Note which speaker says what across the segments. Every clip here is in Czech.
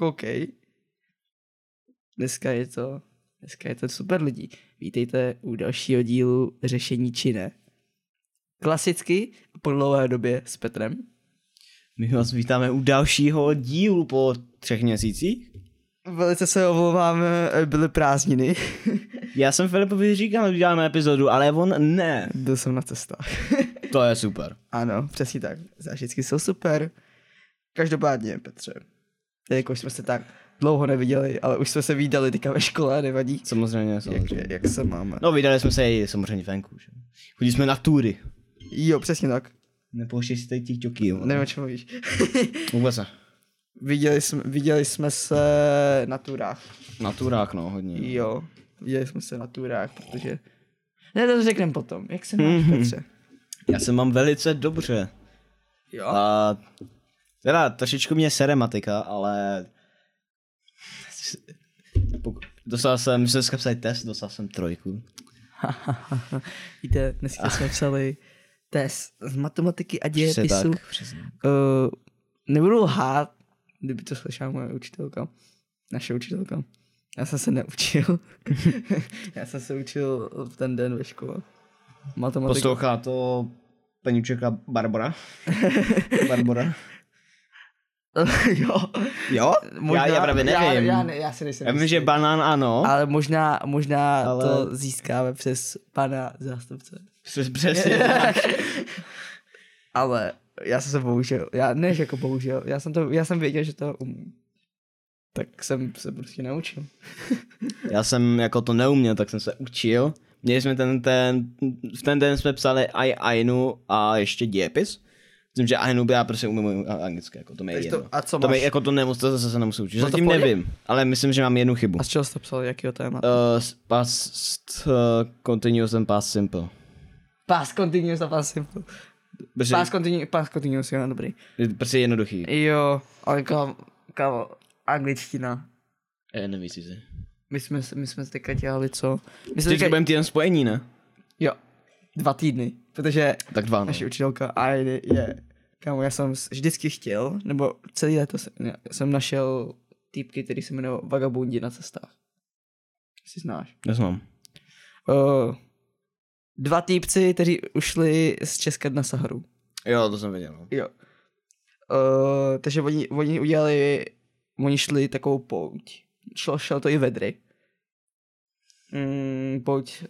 Speaker 1: koukej. Dneska je to, dneska je to super lidí. Vítejte u dalšího dílu Řešení či ne. Klasicky po dlouhé době s Petrem.
Speaker 2: My vás vítáme u dalšího dílu po třech měsících.
Speaker 1: Velice se omlouváme, byly prázdniny.
Speaker 2: Já jsem Filipovi říkal, že uděláme epizodu, ale on ne.
Speaker 1: Byl jsem na cestách.
Speaker 2: To je super.
Speaker 1: Ano, přesně tak. Zážitky jsou super. Každopádně, Petře, jelikož jsme se tak dlouho neviděli, ale už jsme se výdali teďka ve škole, nevadí.
Speaker 2: Samozřejmě, samozřejmě.
Speaker 1: Jak, jak se máme?
Speaker 2: No, vydali jsme se i samozřejmě venku. Že? Chodili jsme na tury.
Speaker 1: Jo, přesně tak.
Speaker 2: Nepouštěj si tady těch ťoký, jo.
Speaker 1: Nevím, o čem mluvíš.
Speaker 2: Vůbec ne.
Speaker 1: viděli, jsme, viděli jsme se na turách.
Speaker 2: Na turách, no, hodně.
Speaker 1: Jo, viděli jsme se na turách, protože... Ne, to řekneme potom. Jak se máš,
Speaker 2: Mhm.
Speaker 1: Petře?
Speaker 2: Já se mám velice dobře.
Speaker 1: Jo.
Speaker 2: A teda trošičku mě sere matika, ale Pok- dostal jsem, my jsme dneska psali test, dostal jsem trojku.
Speaker 1: Víte, dneska jsme psali test z matematiky a dějepisu.
Speaker 2: tak, přesně.
Speaker 1: Uh, nebudu lhát, kdyby to slyšela moje učitelka, naše učitelka. Já jsem se neučil. Já jsem se učil v ten den ve škole. Matematiku.
Speaker 2: Poslouchá to paníčeka Barbara. Barbara.
Speaker 1: jo.
Speaker 2: Jo?
Speaker 1: Možná,
Speaker 2: já právě nevím.
Speaker 1: Já, já, ne, já si nejsem
Speaker 2: Já vím,
Speaker 1: jistý.
Speaker 2: že banán ano.
Speaker 1: Ale možná, možná No. Ale...
Speaker 2: Ale-
Speaker 1: to získáme přes pana zástupce.
Speaker 2: Přes, přesně. tak.
Speaker 1: Ale já jsem se bohužel, já ne, že jako bohužel, já jsem, to, já jsem věděl, že to umím. Tak jsem se prostě naučil.
Speaker 2: Já jsem jako to neuměl, tak jsem se učil. Měli jsme ten, ten, v ten den jsme psali aj Ainu a ještě dějepis. Myslím, že Ainu já prostě umím anglicky, jako to mi je
Speaker 1: Takže to-
Speaker 2: jedno.
Speaker 1: a co
Speaker 2: to mi
Speaker 1: máš?
Speaker 2: jako to nemusím, to zase se nemusím učit.
Speaker 1: Bylo to
Speaker 2: Zatím
Speaker 1: v pohodě?
Speaker 2: nevím, ale myslím, že mám jednu chybu.
Speaker 1: A z čeho jste psal, jakýho téma?
Speaker 2: Uh, past uh, continuous and past simple.
Speaker 1: Past continuous a past simple.
Speaker 2: Prostě,
Speaker 1: Past continuous, past continuous, jo, no, dobrý.
Speaker 2: prostě jednoduchý.
Speaker 1: Jo, ale kam, kámo, angličtina.
Speaker 2: Eh, Nevíš si.
Speaker 1: My jsme, my jsme teďka dělali co? My jsme
Speaker 2: Teď
Speaker 1: teďka,
Speaker 2: budeme týden spojení, ne?
Speaker 1: jo, dva týdny, protože
Speaker 2: Tak dva, no.
Speaker 1: naše učitelka Ainy je, kámo, já jsem s- vždycky chtěl, nebo celý léto jsem, ne, jsem našel týpky, který se jmenují Vagabundi na cestách. Si znáš.
Speaker 2: Neznám.
Speaker 1: Uh, dva týpci, kteří ušli z Česka na Saharu.
Speaker 2: Jo, to jsem věděl. no.
Speaker 1: Jo. Uh, takže oni, oni udělali, oni šli takovou pouť. Šlo, šlo to i vedry. Mm, pouť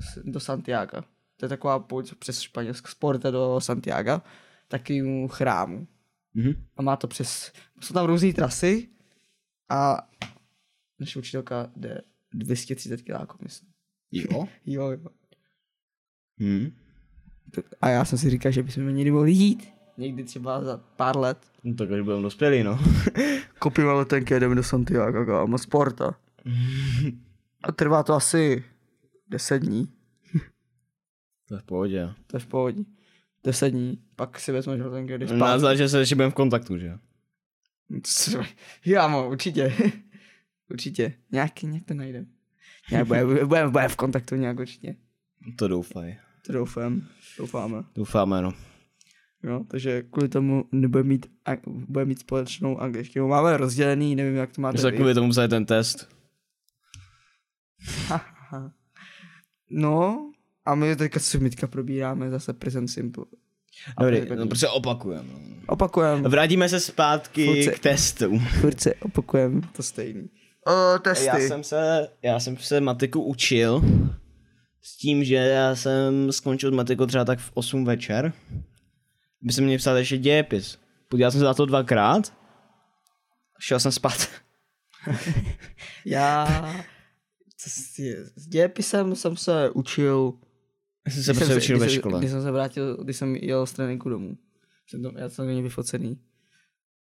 Speaker 1: s- do Santiago. To je taková pouť přes Španělsko, z Porta do Santiago, takovým chrámu.
Speaker 2: Mhm.
Speaker 1: A má to přes, jsou tam různé trasy a naše učitelka jde 230 kiláků, myslím.
Speaker 2: Jo?
Speaker 1: Jo, jo.
Speaker 2: Hm.
Speaker 1: A já jsem si říkal, že bychom někdy mohli jít. Někdy třeba za pár let.
Speaker 2: No tak až budeme dospělí, no.
Speaker 1: Koupíme letenky, jedeme do Santiago, kámo, sporta. A trvá to asi 10 dní.
Speaker 2: To je v pohodě.
Speaker 1: To je v pohodě. 10 dní, pak si vezmeš letenky, když
Speaker 2: Na že se ještě budeme v kontaktu, že?
Speaker 1: Já mám, určitě. určitě. Nějaký, nějak to najde. Nějak budeme, budeme, budeme, v kontaktu nějak určitě.
Speaker 2: To doufaj.
Speaker 1: To doufám, doufáme.
Speaker 2: Doufáme, no.
Speaker 1: No, takže kvůli tomu nebudeme mít, a- budeme mít společnou angličtinu. Máme rozdělený, nevím, jak to máte
Speaker 2: My jsme
Speaker 1: vy.
Speaker 2: kvůli tomu psali ten test.
Speaker 1: Haha. No, a my teďka si mytka probíráme zase Present Simple. A
Speaker 2: Dobrý,
Speaker 1: Present
Speaker 2: no,
Speaker 1: Simple.
Speaker 2: prostě opakujeme. no.
Speaker 1: Opakujeme,
Speaker 2: Vrátíme se zpátky
Speaker 1: Kluci.
Speaker 2: k testu.
Speaker 1: furt se opakujeme, to stejný. O, testy.
Speaker 2: Já jsem se, já jsem se matiku učil s tím, že já jsem skončil matiku třeba tak v 8 večer. By se mě psal ještě dějepis. Podíval jsem se na to dvakrát. Šel jsem spát.
Speaker 1: Já... co s- je- S dějepisem jsem se učil...
Speaker 2: Já jsem se
Speaker 1: když
Speaker 2: prostě učil
Speaker 1: když
Speaker 2: ve
Speaker 1: jsem-
Speaker 2: škole.
Speaker 1: Když jsem se vrátil, když jsem jel z tréninku domů. Jsem tam, já jsem na něj vyfocený.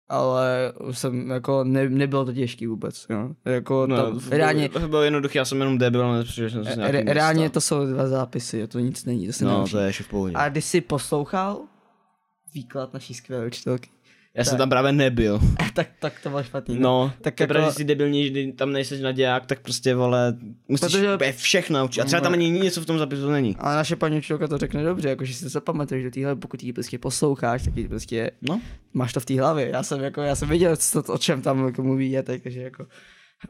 Speaker 1: Ale jsem jako, ne, nebylo to těžký vůbec, jo. Jako no, tam, reálně,
Speaker 2: to bylo jednoduché, já jsem jenom debil, ale protože jsem se
Speaker 1: re, reálně to jsou dva zápisy, jo, to nic není, to se
Speaker 2: No,
Speaker 1: neučí.
Speaker 2: to je ještě v pohodě.
Speaker 1: A když jsi poslouchal výklad naší skvělé učitelky,
Speaker 2: Já jsem
Speaker 1: Tak.
Speaker 2: tam právě nebyl.
Speaker 1: tak, tak to bylo špatný.
Speaker 2: No,
Speaker 1: tak
Speaker 2: tak jako...
Speaker 1: jako-
Speaker 2: že jsi debilní, že tam nejseš naděják, tak prostě vole, musíš
Speaker 1: Protože-
Speaker 2: Protože... všechno naučit. A třeba tam ani něco v tom zapisu není.
Speaker 1: Ale naše paní učitelka to řekne dobře, jakože si to zapamatuješ do téhle, pokud ji prostě posloucháš, tak ji prostě
Speaker 2: No,
Speaker 1: máš to v té hlavě. Já jsem jako, já jsem věděl, co, to- o čem tam jako mluví, je, takže jako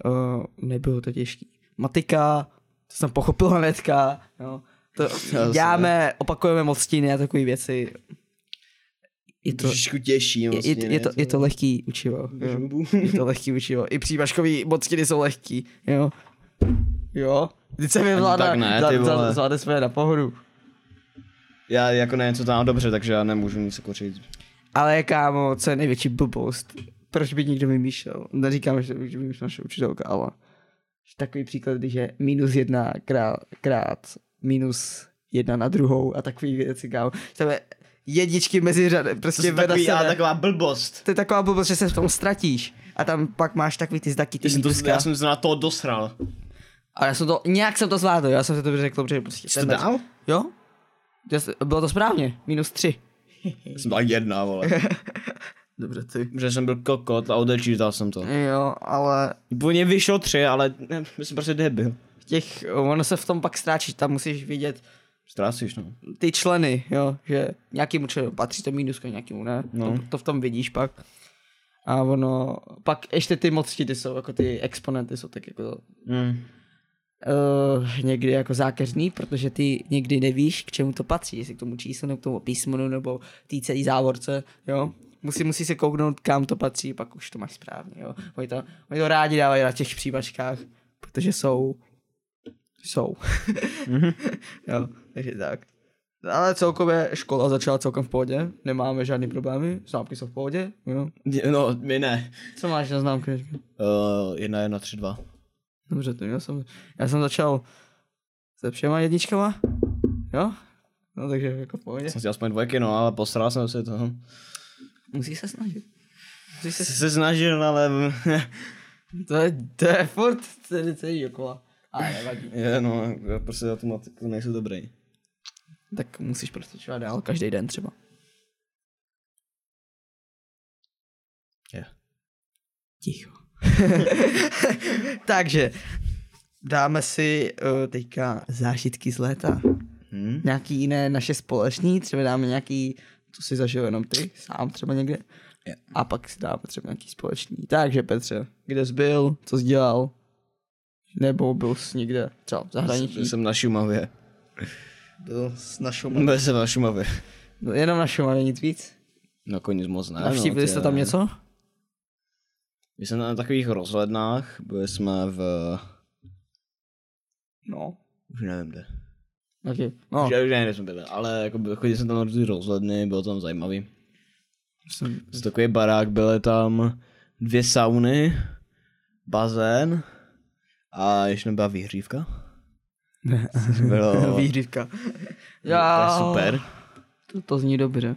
Speaker 1: uh, nebylo to těžký. Matika, to jsem pochopil hnedka, no. To
Speaker 2: zase
Speaker 1: děláme, opakujeme odstiny a takové věci. Je to,
Speaker 2: trošičku těžší. vlastně,
Speaker 1: je, je, je, to, je to lehký učivo. jo. Je to lehký učivo. I příbaškový odstiny jsou lehký, jo. Jo. Teď se mi vláda
Speaker 2: tak ne, ty
Speaker 1: zvládne
Speaker 2: vole.
Speaker 1: zvládne své na pohodu.
Speaker 2: Já jako nevím, co tam dobře, takže já nemůžu nic jako říct.
Speaker 1: Ale kámo, co je největší blbost? Proč by nikdo vymýšlel? Neříkám, že že vymýšlel naše učitelka, ale takový příklad, když je minus jedna krát, krát minus jedna na druhou a takový věci, kámo. Tam je jedničky mezi řady,
Speaker 2: To
Speaker 1: prostě
Speaker 2: je
Speaker 1: vedle
Speaker 2: takový, ale
Speaker 1: sebe.
Speaker 2: taková blbost.
Speaker 1: To je taková blbost, že se v tom ztratíš. A tam pak máš takový ty zdaky, ty
Speaker 2: Ty jsem to,
Speaker 1: výpiska.
Speaker 2: Prostě já jsem se na to dosral.
Speaker 1: Ale já jsem to, nějak jsem to zvládl, já jsem se to dobře řekl, že prostě...
Speaker 2: Jsi to
Speaker 1: tenhle-
Speaker 2: dal?
Speaker 1: Jo? Já jsem- Bylo to správně, minus tři.
Speaker 2: Já jsem dal jedna, vole.
Speaker 1: Dobře, ty.
Speaker 2: Protože jsem byl kokot a odečítal jsem to.
Speaker 1: Jo, ale
Speaker 2: Po něm vyšlo tři, ale ne, jsem prostě debil.
Speaker 1: těch, ono se v tom pak stráčí, tam musíš vidět
Speaker 2: Ztrácíš, no.
Speaker 1: ty členy, jo, že nějakému členu patří to mínusko, nějakému ne, no.
Speaker 2: No.
Speaker 1: to, to, v tom vidíš pak. A ono, pak ještě ty mocti, ty jsou jako ty exponenty, jsou tak jako
Speaker 2: Mm.
Speaker 1: uh, někdy jako zákeřný, protože ty někdy nevíš, k čemu to patří, jestli k tomu číslu, nebo k tomu písmenu, nebo té celé závorce, jo. Musí, musí se kouknout, kam to patří, pak už to máš správně, jo. Oni to, oni to rádi dávají na těch příbačkách, protože jsou, jsou. Mhm. jo, takže tak. Ale celkově škola začala celkem v pohodě, nemáme žádný problémy, známky jsou v pohodě, jo.
Speaker 2: No, my ne.
Speaker 1: Co máš na známky?
Speaker 2: Uh, jedna, jedna, tři, dva.
Speaker 1: Dobře, to já jsem, já jsem začal se všema jedničkama, jo? No takže jako v pohodě.
Speaker 2: Jsem si aspoň dvojky, no, ale posral jsem se to.
Speaker 1: Musíš se snažit. Musíš se,
Speaker 2: Jsi se snažil, ale...
Speaker 1: to je, to je furt celý, celý dokola. A nevadí.
Speaker 2: je, no, já prostě za tu matiku nejsem dobrý.
Speaker 1: Tak musíš prostě dál, každý den třeba.
Speaker 2: Je.
Speaker 1: Ticho. takže, dáme si uh, teďka zážitky z léta.
Speaker 2: Hm?
Speaker 1: Nějaký jiné naše společní, třeba dáme nějaký, co si zažil jenom ty, sám třeba někde.
Speaker 2: Je.
Speaker 1: A pak si dáme třeba nějaký společný. Takže Petře, kde jsi byl, co jsi dělal? Nebo byl jsi někde, třeba v zahraničí?
Speaker 2: Jsem na Šumavě.
Speaker 1: Byl s našou
Speaker 2: Byl jsem na Šumavě.
Speaker 1: No, jenom na Šumavě, nic víc.
Speaker 2: No jako nic moc ne.
Speaker 1: Navštívili
Speaker 2: no,
Speaker 1: jste
Speaker 2: ty-
Speaker 1: tam něco?
Speaker 2: My jsme na takových rozhlednách, byli jsme v...
Speaker 1: No.
Speaker 2: Už nevím kde.
Speaker 1: Okay. No,
Speaker 2: Už, já už nevím, kde jsme byli, ale jako by- chodili jsme tam na různý rozhledny, bylo tam zajímavý.
Speaker 1: jsem,
Speaker 2: Z takový barák byly tam dvě sauny, bazén a ještě nebyla vyhřívka. Což Bylo,
Speaker 1: výhrivka.
Speaker 2: bylo
Speaker 1: Já,
Speaker 2: super.
Speaker 1: To, to zní dobře.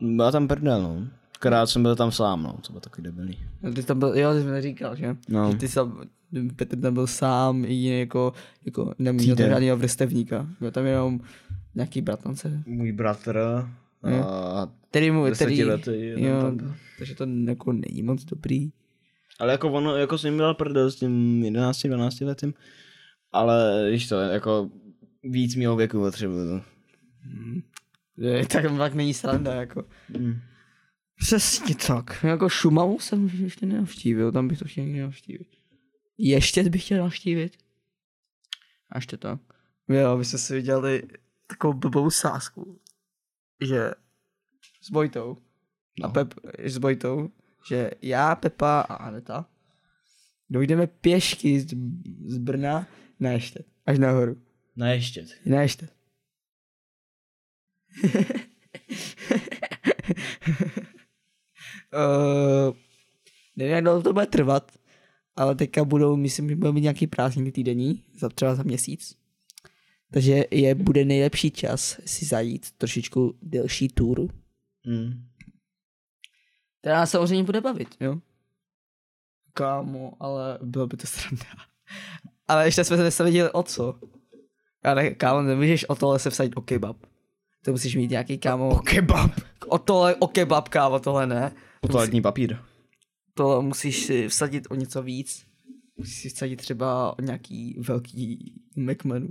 Speaker 2: Byla tam prdel, no. Akorát jsem byl tam sám, no, to byl takový debilný.
Speaker 1: No, Ty tam byl, jo, ty jsi mi neříkal, že?
Speaker 2: No.
Speaker 1: Že Ty sám, Petr tam byl sám, jediný jako, jako neměl tam
Speaker 2: Týden.
Speaker 1: žádného vrstevníka. Měl tam jenom nějaký bratrance.
Speaker 2: Můj bratr
Speaker 1: Hmm.
Speaker 2: a
Speaker 1: Který mu,
Speaker 2: Desetiletý
Speaker 1: který,
Speaker 2: jenom
Speaker 1: jo,
Speaker 2: tam byl.
Speaker 1: takže to jako není moc dobrý.
Speaker 2: Ale jako ono, jako jsem jim dal prdel s tím 11, 12 letým. Ale víš to, jako víc mýho věku potřebuju.
Speaker 1: Je, tak pak není sranda, jako.
Speaker 2: Mm.
Speaker 1: Přesně tak. Jako Šumavu jsem ještě nenavštívil, tam bych to chtěl někdy navštívit. Ještě bych chtěl navštívit. Až to tak. Jo, my jsme si viděli takovou blbou sásku, že s Bojtou a
Speaker 2: No.
Speaker 1: Pep, s Bojtou, že já, Pepa a Aneta dojdeme pěšky z, z Brna na ještě, až nahoru.
Speaker 2: Na ještě.
Speaker 1: Ne, ještě. uh, nevím, jak dlouho to bude trvat, ale teďka budou, myslím, že budou mít nějaký prázdniny týdenní, za třeba za měsíc. Takže je, bude nejlepší čas si zajít trošičku delší túru,
Speaker 2: Mm.
Speaker 1: která nás samozřejmě bude bavit, jo? Kámo, ale bylo by to sranda. Ale ještě jsme se nesavěděli o co. Já ne, kámo, nemůžeš o tohle se vsadit o kebab. To musíš mít nějaký kámo.
Speaker 2: kebab.
Speaker 1: O tohle, o kebab, kámo, tohle ne.
Speaker 2: Po toaletní papír.
Speaker 1: To musíš si vsadit o něco víc. Musíš si vsadit třeba o nějaký velký Macmanu.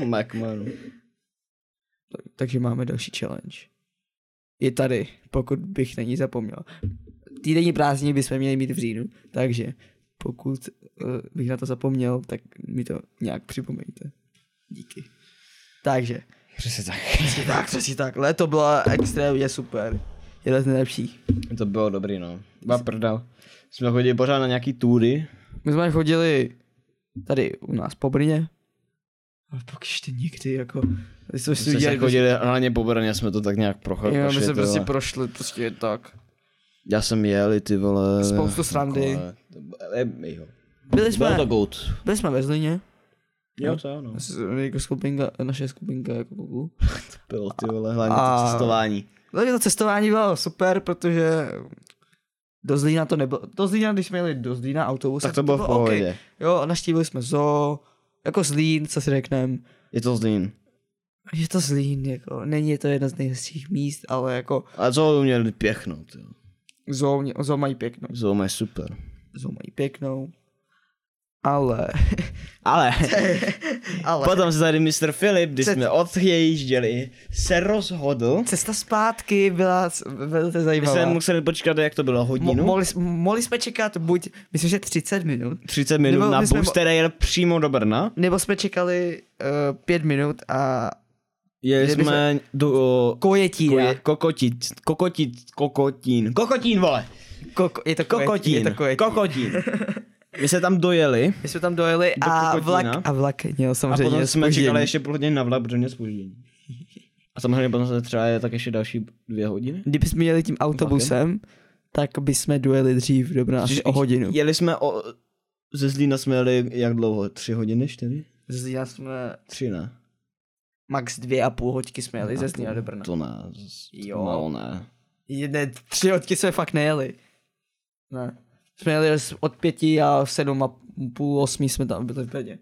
Speaker 2: No, Macmanu.
Speaker 1: Tak- Takže máme další challenge. Je tady, pokud bych na ní zapomněl. Týdenní prázdniny bychom měli mít v říjnu, takže pokud uh, bych na to zapomněl, tak mi to nějak připomeňte. Díky. Takže,
Speaker 2: Přesně tak.
Speaker 1: přesně tak, přesně tak. Léto bylo extrémně super. Jedno z nejlepších.
Speaker 2: To bylo dobrý, no. Ba prdel. Jsme chodili pořád na nějaký tury.
Speaker 1: My jsme chodili tady u nás po Brně. A pak ještě někdy jako... My jsme si
Speaker 2: Jsme se
Speaker 1: udělali...
Speaker 2: chodili na ně po Brně, jsme to tak nějak prochali.
Speaker 1: Jo, my jsme prostě prošli, prostě tak.
Speaker 2: Já jsem jel i ty vole.
Speaker 1: Spoustu srandy.
Speaker 2: Vole, to bylo- e, jo.
Speaker 1: Byli
Speaker 2: Bylo
Speaker 1: jsme,
Speaker 2: to goat.
Speaker 1: byli jsme ve Zlině.
Speaker 2: Jo, no. to ano.
Speaker 1: S- jako skupinka, naše skupinka jako klubů.
Speaker 2: Bylo ty vole, hlavně
Speaker 1: A-
Speaker 2: to cestování.
Speaker 1: No, Takže to cestování bylo super, protože do Zlína to nebylo, do Zlína, když jsme jeli do Zlína autobus,
Speaker 2: Tak to bylo v pohodě.
Speaker 1: OK. Jo, naštívili jsme zoo, jako Zlín, co si řekneme.
Speaker 2: Je to zlín.
Speaker 1: Je to Zlín, jako, není to jedno z nejhezčích míst, ale jako
Speaker 2: A co měli pěknou, no, jo.
Speaker 1: zoo, mě- zoo mají pěknou,
Speaker 2: Zoom je super.
Speaker 1: zoo mají pěknou. Ale,
Speaker 2: Ale,
Speaker 1: ale,
Speaker 2: potom se tady Mr. Filip, když
Speaker 1: Co-
Speaker 2: jsme odjížděli, se rozhodl.
Speaker 1: cesta zpátky byla s- velice
Speaker 2: My
Speaker 1: zajímavá.
Speaker 2: jsme museli počkat, jak to bylo,
Speaker 1: Mo-
Speaker 2: hodinu?
Speaker 1: mohli, s- mohli jsme čekat buď, myslím, že 30 minut,
Speaker 2: 30 minut
Speaker 1: Nebo
Speaker 2: na
Speaker 1: my jsme
Speaker 2: bus,
Speaker 1: mo-
Speaker 2: který jel přímo do Brna.
Speaker 1: Nebo jsme čekali uh, pět minut a
Speaker 2: Jeli
Speaker 1: Kdyby
Speaker 2: jsme do...
Speaker 1: kojetí.
Speaker 2: Koje, kokotit, kokotit, kokotín, kokotín, vole,
Speaker 1: Koko, je to kojetí. Je
Speaker 2: kokotín,
Speaker 1: to kojetí.
Speaker 2: kokotín. My jsme tam dojeli
Speaker 1: My jsme tam dojeli
Speaker 2: Do
Speaker 1: a
Speaker 2: Kokotína.
Speaker 1: vlak, a vlak měl
Speaker 2: a
Speaker 1: samozřejmě
Speaker 2: potom jsme
Speaker 1: zpoždění.
Speaker 2: čekali ještě půl hodiny na vlak, protože měl spoždění. A samozřejmě potom se třeba je tak ještě další dvě hodiny.
Speaker 1: Kdyby jsme jeli tím autobusem, tak by jsme dojeli dřív do Brna asi o hodinu.
Speaker 2: Jeli jsme o... Ze Zlína jsme jeli jak dlouho? Tři hodiny, čtyři?
Speaker 1: Zlína jsme
Speaker 2: Tři ne.
Speaker 1: max dvě a půl hoďky jsme jeli ze Zlína do Brna.
Speaker 2: To ne. z-
Speaker 1: Jo.
Speaker 2: Malo ne.
Speaker 1: Jedné, tři hoďky jsme fakt nejeli. Ne. Jsme jeli z- od pěti a v sedm a půl osmi jsme tam byli v Brně.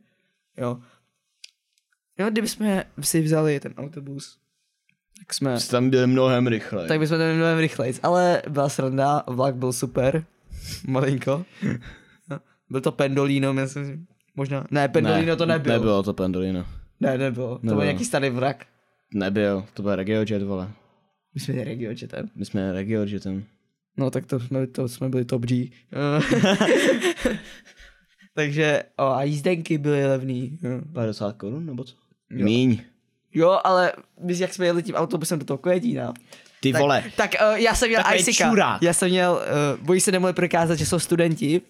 Speaker 1: Jo. Jo, kdyby jsme si vzali ten autobus, tak jsme...
Speaker 2: Jsi tam byli mnohem rychleji.
Speaker 1: Tak bychom to měli mnohem rychleji. Ale byla sranda, vlak byl super. Malinko. No, Byl to Pendolino, myslím. Možná. Ne, Pendolino to nebyl.
Speaker 2: Nebylo to Pendolino.
Speaker 1: Ne, nebylo. To byl
Speaker 2: Nebylo.
Speaker 1: nějaký starý vrak.
Speaker 2: Nebyl, to byl RegioJet, vole.
Speaker 1: My jsme jeli regiočetem.
Speaker 2: My jsme RegioJetem.
Speaker 1: No tak to jsme, to jsme byli top G. Takže, o, a jízdenky byly levný. Jo.
Speaker 2: 50 korun nebo co?
Speaker 1: Jo.
Speaker 2: Míň.
Speaker 1: Jo, ale my, jak jsme jeli tím autobusem do toho Kojetína.
Speaker 2: Ty
Speaker 1: Tak,
Speaker 2: vole.
Speaker 1: tak uh, já jsem měl
Speaker 2: Takový
Speaker 1: Icika.
Speaker 2: čurák.
Speaker 1: Já jsem měl, uh, bojí se nemohli prokázat, že jsou studenti,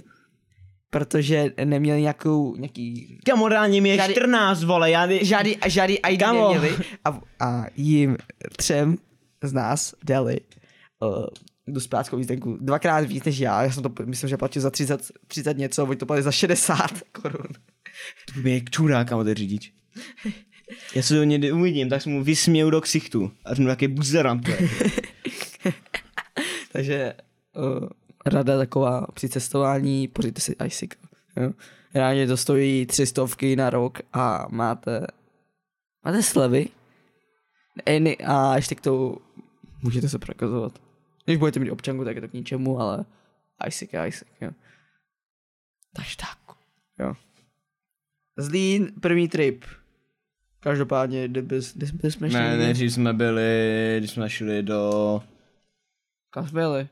Speaker 1: protože neměli nějakou, nějaký,
Speaker 2: Kamo, reálně mi je
Speaker 1: Žádný-
Speaker 2: 14, vole, já...
Speaker 1: žádný, žádný ID
Speaker 2: Kamo.
Speaker 1: neměli a, a jim třem z nás dali uh, dospěláckou jízdenku dvakrát víc než já, já jsem to, myslím, že platil za 30, 30 něco, oni to platili za 60 korun.
Speaker 2: Mě je čurá, kamo, ten řidič. Já se ho někdy uvidím, tak se mu vysměju do ksichtu. A řeknu, jaký buzerant to je.
Speaker 1: Takže
Speaker 2: eh,
Speaker 1: uh, rada taková při cestování, pořiďte si ISIC. Jo. Reálně to stojí tři stovky na rok a máte, máte slevy. E, ne- A ještě k tomu můžete se prokazovat. Když budete mít občanku, tak je to k ničemu, ale ISIC, ISIC, jo. Takže tak. Jo. Zlín, první trip. Každopádně, kde, bys, kde, kde jsme ještě
Speaker 2: Ne,
Speaker 1: nikdy?
Speaker 2: nejdřív jsme byli, když jsme šli do
Speaker 1: Kam jsme jeli?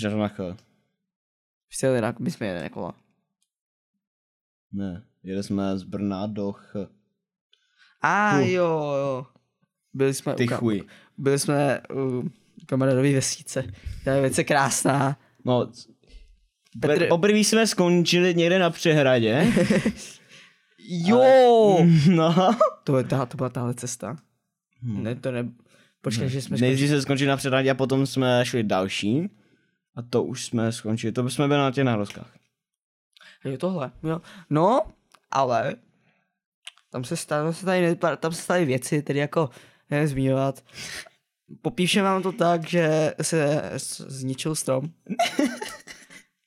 Speaker 2: Žarnacha.
Speaker 1: My jsme jeli na, my jsme jeli na kola.
Speaker 2: Ne, jeli jsme z Brna do Ch.
Speaker 1: A
Speaker 2: Chu.
Speaker 1: jo, jo. Byli jsme,
Speaker 2: Ty
Speaker 1: u, kam-
Speaker 2: chuj.
Speaker 1: byli jsme u kamarádovi vesnice. Ta je velice krásná.
Speaker 2: No, c-
Speaker 1: Petr-
Speaker 2: Petr... poprvé jsme skončili někde na přehradě.
Speaker 1: Jo! Ale... Mm.
Speaker 2: No.
Speaker 1: To, je ta, to byla tahle cesta. Hmm. Ne, to ne... Počkej, že jsme...
Speaker 2: Nejdřív se skončili na přehradě a potom jsme šli další. A to už jsme skončili, to jsme byli na těch náhrozkách.
Speaker 1: skončili- Jo, tohle. Jo. No, ale... Tam se, stalo, se tady, ne- tam se staly věci, tedy jako nevím zmiňovat. Popíšem vám to tak, že se s- zničil strom.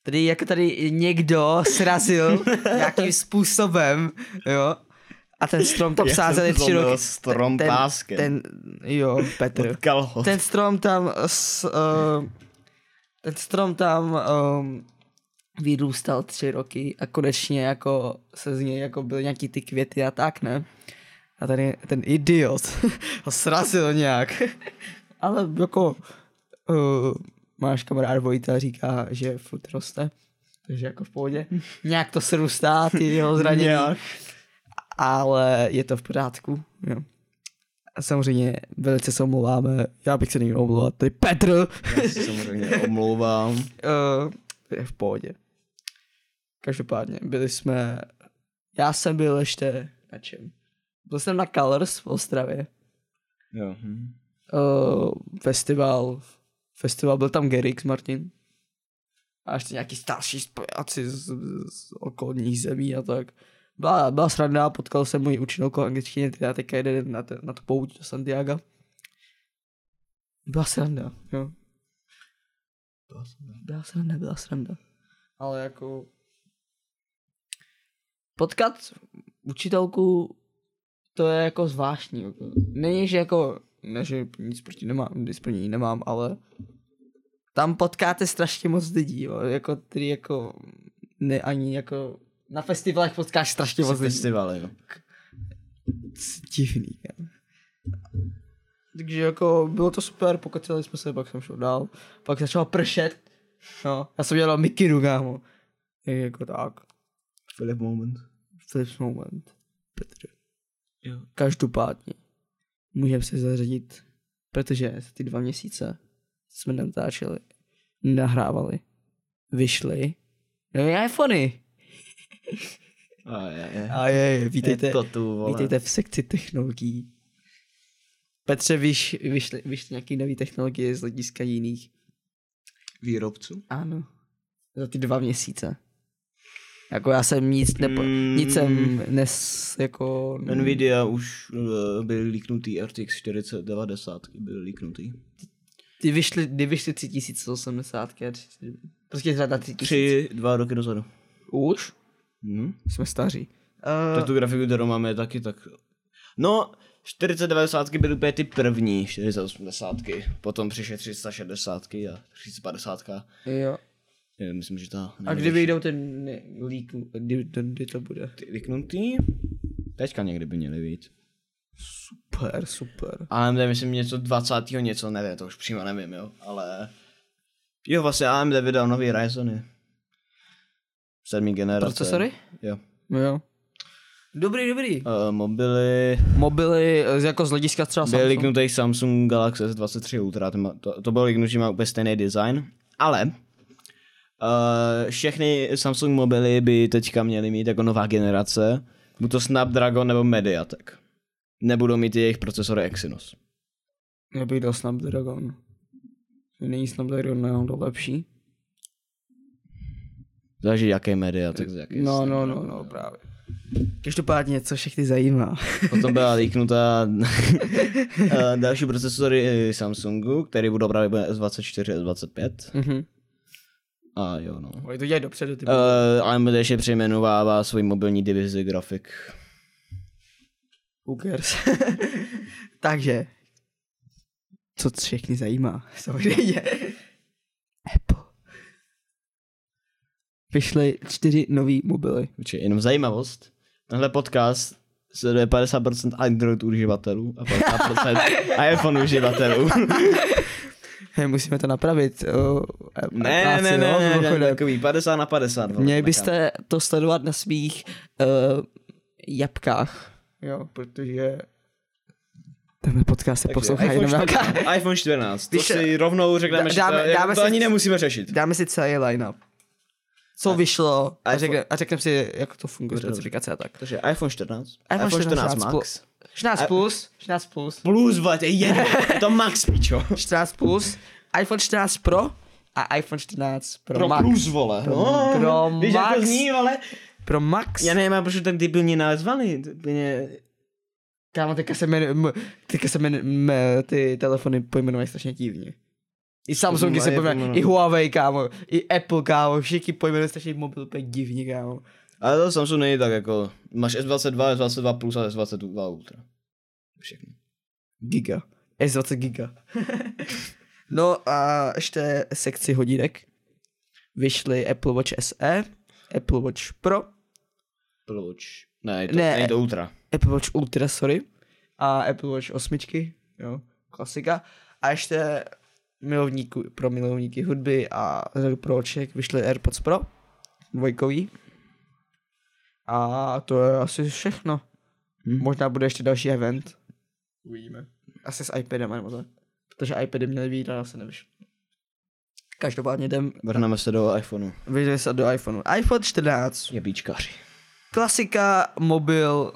Speaker 1: Tedy jako tady někdo srazil nějakým způsobem, jo. A ten strom tam
Speaker 2: Já
Speaker 1: sázeli
Speaker 2: jsem
Speaker 1: tři
Speaker 2: zlomil
Speaker 1: roky.
Speaker 2: strom
Speaker 1: ten,
Speaker 2: páskem.
Speaker 1: ten, jo, Petr.
Speaker 2: Potkal ho.
Speaker 1: Ten strom tam s, uh, Ten strom tam um, vyrůstal tři roky a konečně jako se z něj jako byly nějaký ty květy a tak, ne? A ten, ten idiot ho srazil nějak. Ale jako uh, máš kamarád Vojta říká, že furt roste. Takže jako v pohodě. Nějak to srůstá, ty jeho zranění.
Speaker 2: Nějak.
Speaker 1: Ale je to v pořádku. Jo. A samozřejmě velice se omlouváme. Já bych se neměl omlouvat. To je Petr.
Speaker 2: Já se samozřejmě omlouvám.
Speaker 1: Eh, je v pohodě. Každopádně byli jsme, já jsem byl ještě na čem? Byl jsem na Colors v Ostravě.
Speaker 2: Jo.
Speaker 1: Eh, festival, festival byl tam Gerix Martin. A ještě nějaký starší spojáci z, z okolních zemí a tak. Byla, byla sranda, potkal jsem moji učitelku angličtiny, která teďka jede na, te, na tu pouť do Santiago. Byla sranda, jo. Byla sranda, byla sranda. Ale jako... Potkat učitelku, to je jako zvláštní. jako. Není, že jako... Ne, že nic proti, nemám, nic proti ní nemám, ale... Tam potkáte strašně moc lidí, jo. Jako, který jako... Ne, ani jako... Na festivalech potkáš strašně moc lidí
Speaker 2: Festivaly, jo.
Speaker 1: divný. kámo. Takže jako bylo to super, pokecali jsme se, pak jsem šel dál. Pak začalo pršet. No, já jsem dělal mikinu, kámo. Takže jako tak.
Speaker 2: Philip moment.
Speaker 1: Philips moment. Petr.
Speaker 2: Jo.
Speaker 1: Každopádně. Můžeme se zařadit, protože za ty dva měsíce jsme natáčeli, nahrávali, vyšli. No iPhony.
Speaker 2: A je, je.
Speaker 1: A je,
Speaker 2: Je to tu, vole.
Speaker 1: Vítejte v sekci technologií. Petře, víš, víš, víš nějaký nový technologie z hlediska jiných?
Speaker 2: Výrobců?
Speaker 1: Ano. Za ty dva měsíce. Jako já jsem nic nepo...
Speaker 2: Mm.
Speaker 1: Nic jsem nes... Jako...
Speaker 2: Nvidia už eh, byly líknutý, RTX 4090 byly líknutý.
Speaker 1: Ty vyšly, ty vyšly 3080 a tři- prostě řada 3000.
Speaker 2: Tři, dva roky dozadu.
Speaker 1: Už?
Speaker 2: Hm? Eh,
Speaker 1: Jsme staří.
Speaker 2: Tak tu grafiku, kterou máme, taky tak... No, 4090 byly úplně ty první 480, potom přišly 360 a 350.
Speaker 1: Uh, jo.
Speaker 2: Je, Myslím, že ta...
Speaker 1: A kdy vyjdou ten ne- lík, kdy, kdy to bude?
Speaker 2: Ty Líknutý? Teďka někdy by měly být.
Speaker 1: Super, super.
Speaker 2: AMD myslím něco 20. něco, nevím, to už přímo nevím, jo, ale... Jo, vlastně AMD vydal nový Ryzeny. Sedmý generace.
Speaker 1: Procesory?
Speaker 2: Jo.
Speaker 1: Jo. Dobrý, dobrý.
Speaker 2: Uh, mobily,
Speaker 1: mobily eh, jako z hlediska třeba
Speaker 2: byl
Speaker 1: Samsung.
Speaker 2: lignutý Samsung Galaxy S23 Ultra, to, má- to, to byl lignutý, že má úplně stejný design, ale uh, všechny Samsung mobily by teďka měly mít jako nová generace, buď to Snapdragon nebo Mediatek. Nebudou mít jejich procesory Exynos.
Speaker 1: Já bych dal Snapdragon. Není Snapdragon na to lepší?
Speaker 2: Záleží, jaký Mediatek, z jaký
Speaker 1: No, no,
Speaker 2: Snapdragon.
Speaker 1: no, no, právě. Každopádně, co všechny zajímá.
Speaker 2: Potom byla líknutá eh, další procesory eh, Samsungu, které budou právě S24, S25.
Speaker 1: Mhm.
Speaker 2: A jo, no.
Speaker 1: Oni to dělají dopředu, ty
Speaker 2: Uh, AMD ještě přejmenovává svoji mobilní divizi grafik.
Speaker 1: Who cares? Takže, co všechny zajímá, samozřejmě. Apple. Vyšly čtyři nový mobily.
Speaker 2: Určitě, jenom zajímavost. Tenhle podcast sleduje 50% Android uživatelů a 50% iPhone uživatelů.
Speaker 1: Hej, musíme to napravit. o, eh,
Speaker 2: ne, ne,
Speaker 1: práci,
Speaker 2: ne,
Speaker 1: jo,
Speaker 2: ne, ne, ne,
Speaker 1: mimochodem.
Speaker 2: takový 50 na 50. vole,
Speaker 1: Měli
Speaker 2: na
Speaker 1: byste to sledovat na svých uh, jabkách. Jo, protože tenhle podcast se
Speaker 2: kam.
Speaker 1: poslouchá
Speaker 2: Takže
Speaker 1: jenom
Speaker 2: iPhone,
Speaker 1: jabka.
Speaker 2: 14, iPhone 14, to
Speaker 1: Víš,
Speaker 2: si rovnou řekneme,
Speaker 1: dá-
Speaker 2: že
Speaker 1: dáme-
Speaker 2: to,
Speaker 1: dáme
Speaker 2: to
Speaker 1: si-
Speaker 2: ani nemusíme řešit.
Speaker 1: Dáme si celý line-up. Co vyšlo a
Speaker 2: iPhone-
Speaker 1: řekne, a řekneme si, jak to funguje,
Speaker 2: Dobře, dobře.
Speaker 1: specifikace a tak.
Speaker 2: Takže iPhone 14,
Speaker 1: iPhone 14
Speaker 2: Max.
Speaker 1: 16 plus, 16 plus,
Speaker 2: Plus, vole, to je jedno, je to Max, pičo.
Speaker 1: 14 plus, iPhone 14 Pro a iPhone 14 Pro,
Speaker 2: Pro
Speaker 1: Max.
Speaker 2: plus, vole. No,
Speaker 1: pro
Speaker 2: víš, jak to
Speaker 1: Max.
Speaker 2: zní, ale...
Speaker 1: Pro Max.
Speaker 2: Já nevím, proč tak debilně nazvali. to Úplně...
Speaker 1: Kámo, teďka se jmenuje, m- teďka se jmenuje, m- ty telefony pojmenovaly strašně divně. I Samsungy se
Speaker 2: Mají
Speaker 1: pojmenují,
Speaker 2: pojmenovaný.
Speaker 1: i Huawei, kámo, i Apple, kámo, všichni pojmenují strašně mobil úplně divně, kámo.
Speaker 2: Ale to Samsung není tak jako... Máš S22, S22 Plus a S22 Ultra. Všechno.
Speaker 1: Giga. S20 giga. No a ještě sekci hodinek. Vyšly Apple Watch SE, Apple Watch Pro,
Speaker 2: Apple Watch. Ne, je to,
Speaker 1: Ne.
Speaker 2: ne. je to Ultra.
Speaker 1: Apple Watch Ultra, sorry, a Apple Watch 8, jo, klasika. A ještě milovníku, pro milovníky hudby a proček vyšly AirPods Pro, dvojkový. A to je asi všechno.
Speaker 2: Hm.
Speaker 1: Možná bude ještě další event. Uvidíme. Asi s iPadem nebo tak. Protože iPady měly být, ale se nevyšlo. Každopádně jdem,
Speaker 2: Vrhneme se do iPhoneu.
Speaker 1: vyjde se do iPhoneu. iPhone 14.
Speaker 2: Jebíčkaři.
Speaker 1: Klasika, mobil,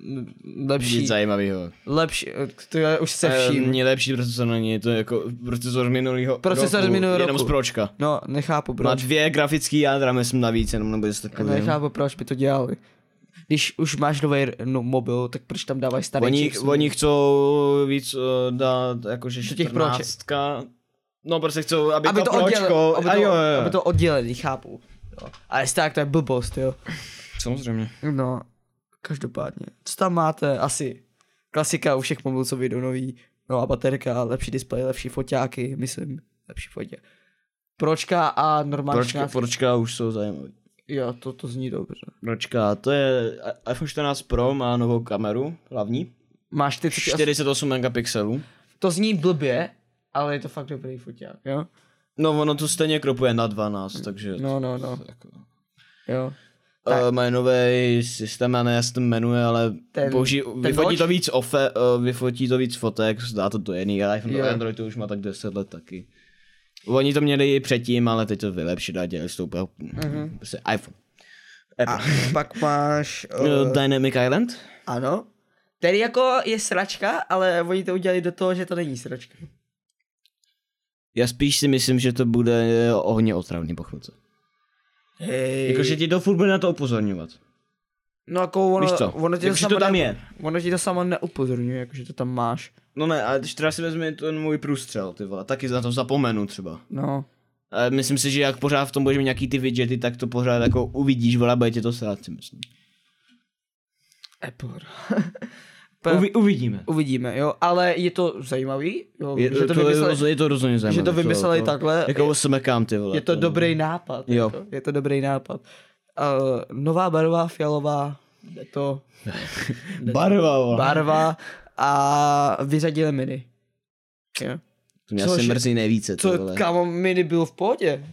Speaker 1: m, lepší
Speaker 2: Nic zajímavého.
Speaker 1: Lepší, eh, to je už se vším.
Speaker 2: Eh, Mě lepší procesor není, to je jako procesor z minulého
Speaker 1: Procesor z
Speaker 2: roku,
Speaker 1: minulého
Speaker 2: Jenom
Speaker 1: roku.
Speaker 2: z pročka.
Speaker 1: No, nechápu
Speaker 2: Má
Speaker 1: proč.
Speaker 2: dvě grafický jádra, myslím navíc, jenom nebo něco takového.
Speaker 1: Nechápu proč by to dělali. Když už máš nový no, mobil, tak proč tam dáváš starý
Speaker 2: Oni,
Speaker 1: čip?
Speaker 2: oni chcou víc eh, dát jakože
Speaker 1: Do těch proček.
Speaker 2: 14. No prostě chcou, aby,
Speaker 1: aby to,
Speaker 2: to pročko,
Speaker 1: oddělili,
Speaker 2: a
Speaker 1: aby,
Speaker 2: jo,
Speaker 1: to,
Speaker 2: jo, jo.
Speaker 1: aby to oddělili, chápu. Jo. Ale tak to je blbost, jo.
Speaker 2: Samozřejmě.
Speaker 1: No, každopádně. Co tam máte? Asi klasika u všech mobilů, co vyjdou nový. No a baterka, lepší displej, lepší foťáky, myslím, lepší fotě. Pročka a normální
Speaker 2: Pročka,
Speaker 1: 14.
Speaker 2: pročka už jsou zajímavý.
Speaker 1: Jo, to, to zní dobře.
Speaker 2: Pročka, to je i- iPhone 14 Pro, má novou kameru, hlavní.
Speaker 1: Máš ty
Speaker 2: 48 megapixelů.
Speaker 1: To zní blbě, ale je to fakt dobrý foťák, jo?
Speaker 2: No ono to stejně kropuje na 12, takže...
Speaker 1: No, no, no,
Speaker 2: Jako,
Speaker 1: jo. Tak.
Speaker 2: uh, mají nový systém, já nevím, jak se to jmenuje, ale
Speaker 1: Ten-
Speaker 2: ten, použij,
Speaker 1: ten
Speaker 2: vyfotí,
Speaker 1: Watch?
Speaker 2: to víc ofe, uh, vyfotí to víc fotek, dá to do jiný, ale
Speaker 1: Jo.
Speaker 2: iPhone, Android to už má tak 10 let taky. Oni to měli i předtím, ale teď to vylepšili a dělali s tou úplně
Speaker 1: Mhm.
Speaker 2: uh-huh. iPhone.
Speaker 1: A
Speaker 2: Apple.
Speaker 1: pak máš,
Speaker 2: Uh,
Speaker 1: uh,
Speaker 2: Dynamic Island?
Speaker 1: ano, který jako je sračka, ale oni to udělali do toho, že to není sračka.
Speaker 2: Já spíš si myslím, že to bude o hodně otravný po chvilce.
Speaker 1: Hej.
Speaker 2: Jakože ti to furt bude na to upozorňovat.
Speaker 1: No jako ono,
Speaker 2: Víš co?
Speaker 1: ono ti to,
Speaker 2: Jakože to
Speaker 1: samo
Speaker 2: tam
Speaker 1: ne-
Speaker 2: je.
Speaker 1: ono ti to samo neupozorňuje, jakože to tam máš.
Speaker 2: No ne, ale když teda si vezmi ten můj průstřel, ty vole, taky na to zapomenu třeba.
Speaker 1: No,
Speaker 2: Ale myslím si, že jak pořád v tom budeš mít nějaký ty widgety, tak to pořád jako uvidíš, vole, a bude tě to srát, si myslím.
Speaker 1: Apple. Pe-
Speaker 2: Uvi, uvidíme.
Speaker 1: Uvidíme, jo, ale je to zajímavý, jo,
Speaker 2: Je,
Speaker 1: že to, vymysleli,
Speaker 2: je, je to rozhodně zajímavé.
Speaker 1: že to vymysleli
Speaker 2: to,
Speaker 1: takhle.
Speaker 2: Jako smekám, ty vole.
Speaker 1: Je to dobrý nápad.
Speaker 2: Jo.
Speaker 1: Jako. Je to dobrý nápad. Uh, nová barva, fialová, je to
Speaker 2: Barva, vole.
Speaker 1: barva a vyřadili mini. Jo.
Speaker 2: To mě
Speaker 1: což-
Speaker 2: asi mrzí nejvíce, ty
Speaker 1: Co,
Speaker 2: vole.
Speaker 1: kámo, mini byl v pohodě.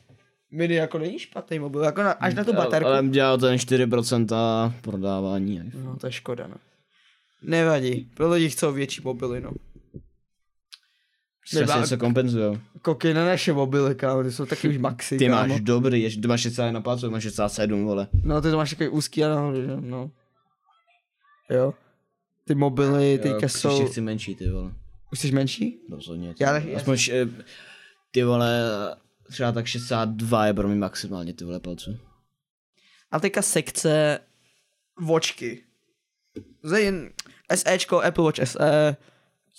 Speaker 1: Mini jako není špatný mobil, jako na, až na tu baterku.
Speaker 2: Ale dělal ten 4% prodávání.
Speaker 1: No, to je škoda, no. Nevadí, pro lidi chcou větší mobily, no. Nemá-
Speaker 2: Přesně se kompenzuje.
Speaker 1: Koky na naše mobily, kámo, ty jsou taky už maxi,
Speaker 2: Ty
Speaker 1: kámo.
Speaker 2: máš dobrý, ještě- ty máš 60 na pácu, máš 67, vole.
Speaker 1: No, ty to máš takový úzký a nahoře, že? no. Jo. Ty mobily teďka
Speaker 2: Jo,
Speaker 1: jsou...
Speaker 2: Příště chci menší, ty vole.
Speaker 1: Už jsi menší?
Speaker 2: Rozhodně.
Speaker 1: Já
Speaker 2: Já
Speaker 1: taky-
Speaker 2: taky, Aspoň, eh, ty vole, třeba tak 62 je pro mě maximálně ty vole palců.
Speaker 1: A teďka sekce vočky. Zajín SEčko, Apple Watch SE,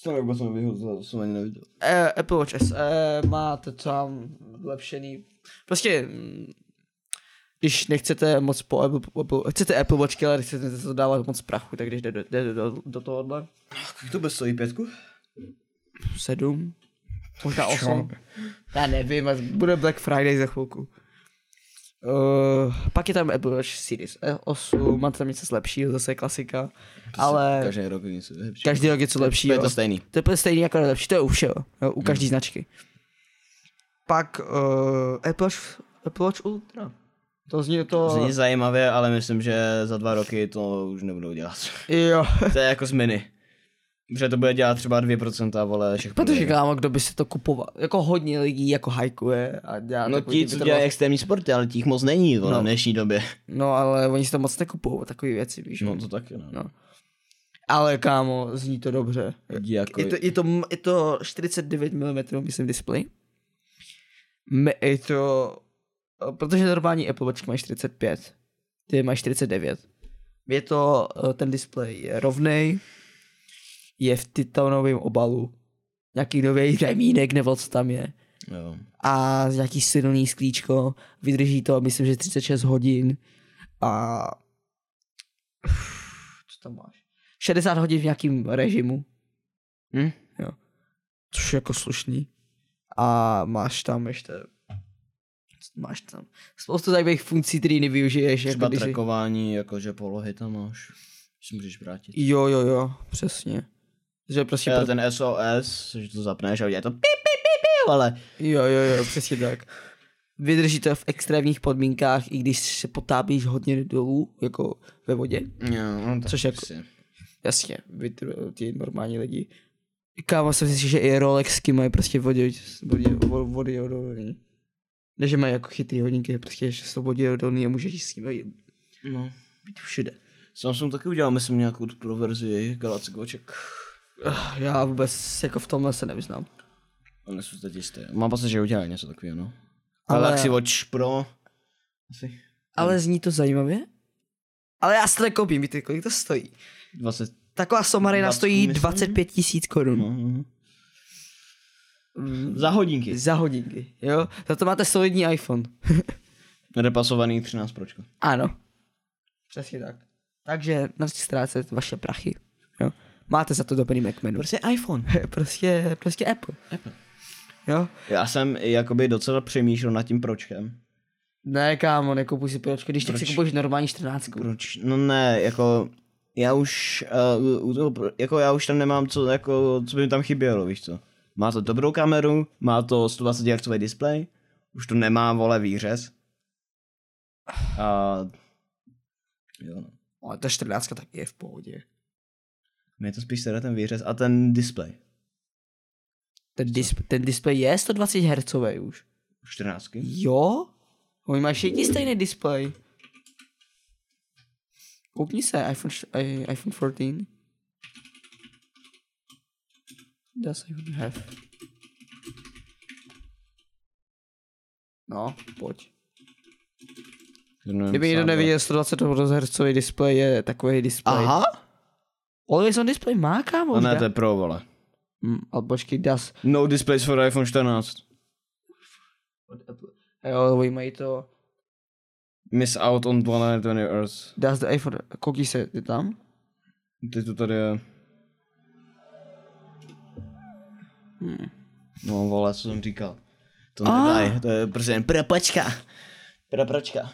Speaker 2: To nevím, jsem vyhodl, to jsem ani neviděl.
Speaker 1: e, Apple Watch SE, máte tam zlepšený, prostě mm, když nechcete moc po Apple, Apple chcete Apple Watchky, ale nechcete to dávat moc prachu, tak když jde do, jde do, do tohohle,
Speaker 2: Kolik to bez stojí pětku?
Speaker 1: sedm, možná osm, já nevím, ale bude Black Friday za chvilku. Uh, pak je tam Apple Watch Series 8, máte tam něco lepšího, zase klasika, ale...
Speaker 2: Každý rok je něco lepší.
Speaker 1: Každý rok je co lepší.
Speaker 2: To je
Speaker 1: jo.
Speaker 2: to stejný.
Speaker 1: to je úplně stejný jako nejlepší, to je u všeho, jo, u každé značky. Pak uh, Apple, Watch, Apple Watch Ultra. To zní to...
Speaker 2: Zní zajímavě, ale myslím, že za dva roky to už nebudou dělat.
Speaker 1: Jo.
Speaker 2: to je jako z mini. Že to bude dělat třeba 2% vole všech
Speaker 1: Protože
Speaker 2: prodejů.
Speaker 1: kámo, kdo by si to kupoval? Jako hodně lidí jako hajkuje a dělá
Speaker 2: No
Speaker 1: takový
Speaker 2: ti,
Speaker 1: ty
Speaker 2: co
Speaker 1: trvá-
Speaker 2: dělají extrémní sporty, ale těch moc není vole,
Speaker 1: No.
Speaker 2: v dnešní době.
Speaker 1: No ale oni si to moc nekupují, takové věci, víš.
Speaker 2: No to taky ne.
Speaker 1: No. Ale kámo, zní to dobře.
Speaker 2: Jako,
Speaker 1: Je to, je to, m- je to 49 mm, myslím, display. Me- Je to, eh, protože normální Apple Watch mají 45, ty mají 49. Je to, eh, ten display je rovnej, je v titanovém obalu, nějaký nový remínek nebo co tam je
Speaker 2: jo.
Speaker 1: a nějaký silný sklíčko, vydrží to, myslím, že 36 hodin a co tam máš? 60 hodin v nějakým režimu.
Speaker 2: Hm?
Speaker 1: Jo. Což je jako slušný. a máš tam ještě máš tam spoustu takových funkcí, které nevyužiješ. jako
Speaker 2: Třeba
Speaker 1: když-
Speaker 2: trackování, jakože polohy tam máš. Že si můžeš vrátit.
Speaker 1: Jo, jo, jo, přesně. Že prostě...
Speaker 2: Třeba
Speaker 1: Pro...
Speaker 2: ten SOS, že to zapneš a udělá to pip, pip, pip, pip, ale
Speaker 1: Jo, jo, jo, přesně tak. Vydrží to v extrémních podmínkách, i když se potápíš hodně dolů, jako ve vodě.
Speaker 2: jo, no, tak
Speaker 1: Což jako-
Speaker 2: si-
Speaker 1: Jasně, vy, ty normální lidi. Kámo, jsem si myslel, že i Rolexky mají prostě vody, vody, vody odolný. Ne, že mají jako chytrý hodinky, prostě, že jsou vody odolný a můžeš s nimi jít
Speaker 2: No.
Speaker 1: všude.
Speaker 2: Samsung taky udělal, myslím, nějakou tu pro verzi jejich Galaxy Watchek.
Speaker 1: Ah, Já vůbec jako v tomhle se nevyznám.
Speaker 2: A nejsou teď jisté. Mám pocit, že udělali něco takového, no.
Speaker 1: Ale-
Speaker 2: Ale... Galaxy Watch Pro. Asi
Speaker 1: Ale zní to zajímavě. Ale já si to nekoupím, víte, kolik to stojí?
Speaker 2: 20.
Speaker 1: Taková somarina
Speaker 2: Dvacet,
Speaker 1: stojí
Speaker 2: myslím.
Speaker 1: 25 tisíc korun.
Speaker 2: No, no. Za hodinky.
Speaker 1: Za hodinky, jo? Za to máte solidní iPhone.
Speaker 2: Repasovaný 13 pročko.
Speaker 1: Ano. Přesně tak. Takže nechci ztrácet vaše prachy, jo? Máte za to dobrý Mac menu.
Speaker 2: Prostě iPhone.
Speaker 1: Prostě, prostě Apple.
Speaker 2: Apple.
Speaker 1: Jo?
Speaker 2: Já jsem jakoby docela přemýšlel nad tím pročkem.
Speaker 1: Ne, kámo, nekupuj si pročko, když tak si
Speaker 2: Proč?
Speaker 1: kupuješ normální 14.
Speaker 2: Proč? No ne, jako já už, uh, u toho, pro- jako já už tam nemám co, jako, co by mi tam chybělo, víš co. Má to dobrou kameru, má to 120 Hz displej, už to nemá, vole, výřez. A, jo, no.
Speaker 1: Ale ta 14 tak je v pohodě.
Speaker 2: Mě to spíš teda ten výřez a ten displej.
Speaker 1: Ten, dis, ten displej je 120 Hz už.
Speaker 2: 14.
Speaker 1: Jo? Oni mají všichni stejný displej. Koupni se iPhone, š- i- iPhone 14. Does iPhone have? No, pojď. Kdyby někdo neviděl 120 Hz displej je takový displej.
Speaker 2: Aha?
Speaker 1: Always on display má kámo.
Speaker 2: No
Speaker 1: už
Speaker 2: ne,
Speaker 1: dá-
Speaker 2: to je pro, vole.
Speaker 1: Hm, ale počkej, das.
Speaker 2: No displays for iPhone 14.
Speaker 1: Jo, oni mají to.
Speaker 2: Miss out on 120 Earth.
Speaker 1: Das the iPhone, koukni se, je tam?
Speaker 2: Teď to tady je. No vole, co jsem říkal. To
Speaker 1: A.
Speaker 2: nedaj, to je prostě jen prapačka. Prapračka.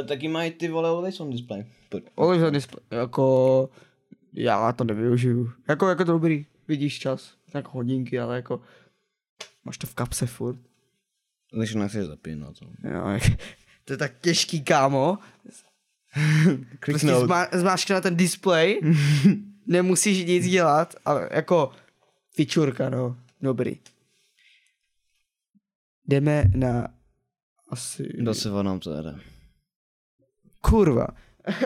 Speaker 2: E, taky mají ty vole always on display. Pojď.
Speaker 1: Always on display, jako... Já to nevyužiju. Jako, jako dobrý, vidíš čas. Tak hodinky, ale jako... Máš to v kapse furt.
Speaker 2: Když nechceš zapínat. no.
Speaker 1: Jo, jak... To je tak těžký, kámo. Prostě
Speaker 2: Kliknout.
Speaker 1: zmá, zmáš na ten display, nemusíš nic dělat, ale jako fičurka, no, dobrý. Jdeme na asi...
Speaker 2: Kdo se o nám to jede?
Speaker 1: Kurva.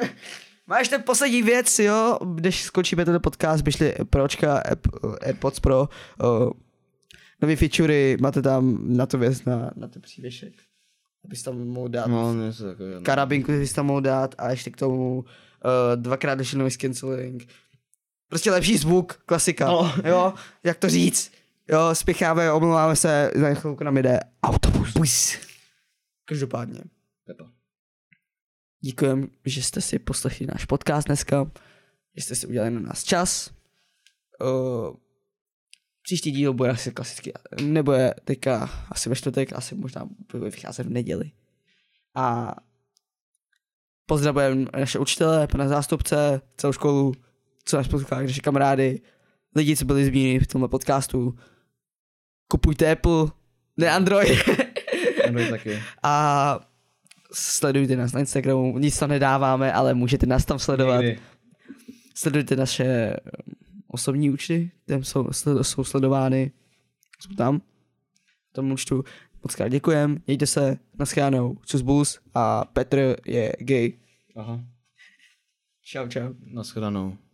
Speaker 1: Máš ten poslední věc, jo, než skončíme tento podcast, by šli pročka, App- AirPods Pro, o, nové featurey, máte tam na to věc na, na ten přívěšek, abys tam mohl dát
Speaker 2: No, něco takového. no.
Speaker 1: karabinku, bys tam mohl dát a ještě k tomu uh, dvakrát došel noise cancelling. Prostě lepší zvuk, klasika,
Speaker 2: No.
Speaker 1: jo, jak to říct, jo, spěcháme, omlouváme se, za chvilku nám jde autobus. Bus. Každopádně.
Speaker 2: Pepa.
Speaker 1: Děkujeme, že jste si poslechli náš podcast dneska, že jste si udělali na nás čas. Uh, příští díl bude asi klasicky, nebo je teďka asi ve čtvrtek, asi možná bude vycházet v neděli. A pozdravujeme naše učitele, pana zástupce, celou školu, co nás poslouchá, naše kamarády, lidi, co byli zmíněni v tomhle podcastu. Kupujte Apple, ne Android.
Speaker 2: Android taky.
Speaker 1: A sledujte nás na Instagramu, nic tam nedáváme, ale můžete nás tam sledovat.
Speaker 2: Nikdy.
Speaker 1: Sledujte naše osobní účty, tam jsou, sle- jsou sledovány, jsou tam, v tom účtu. Moc krát děkujem, mějte se, naschánou, čus bus a Petr je gay.
Speaker 2: Aha.
Speaker 1: Čau, čau.
Speaker 2: Naschledanou.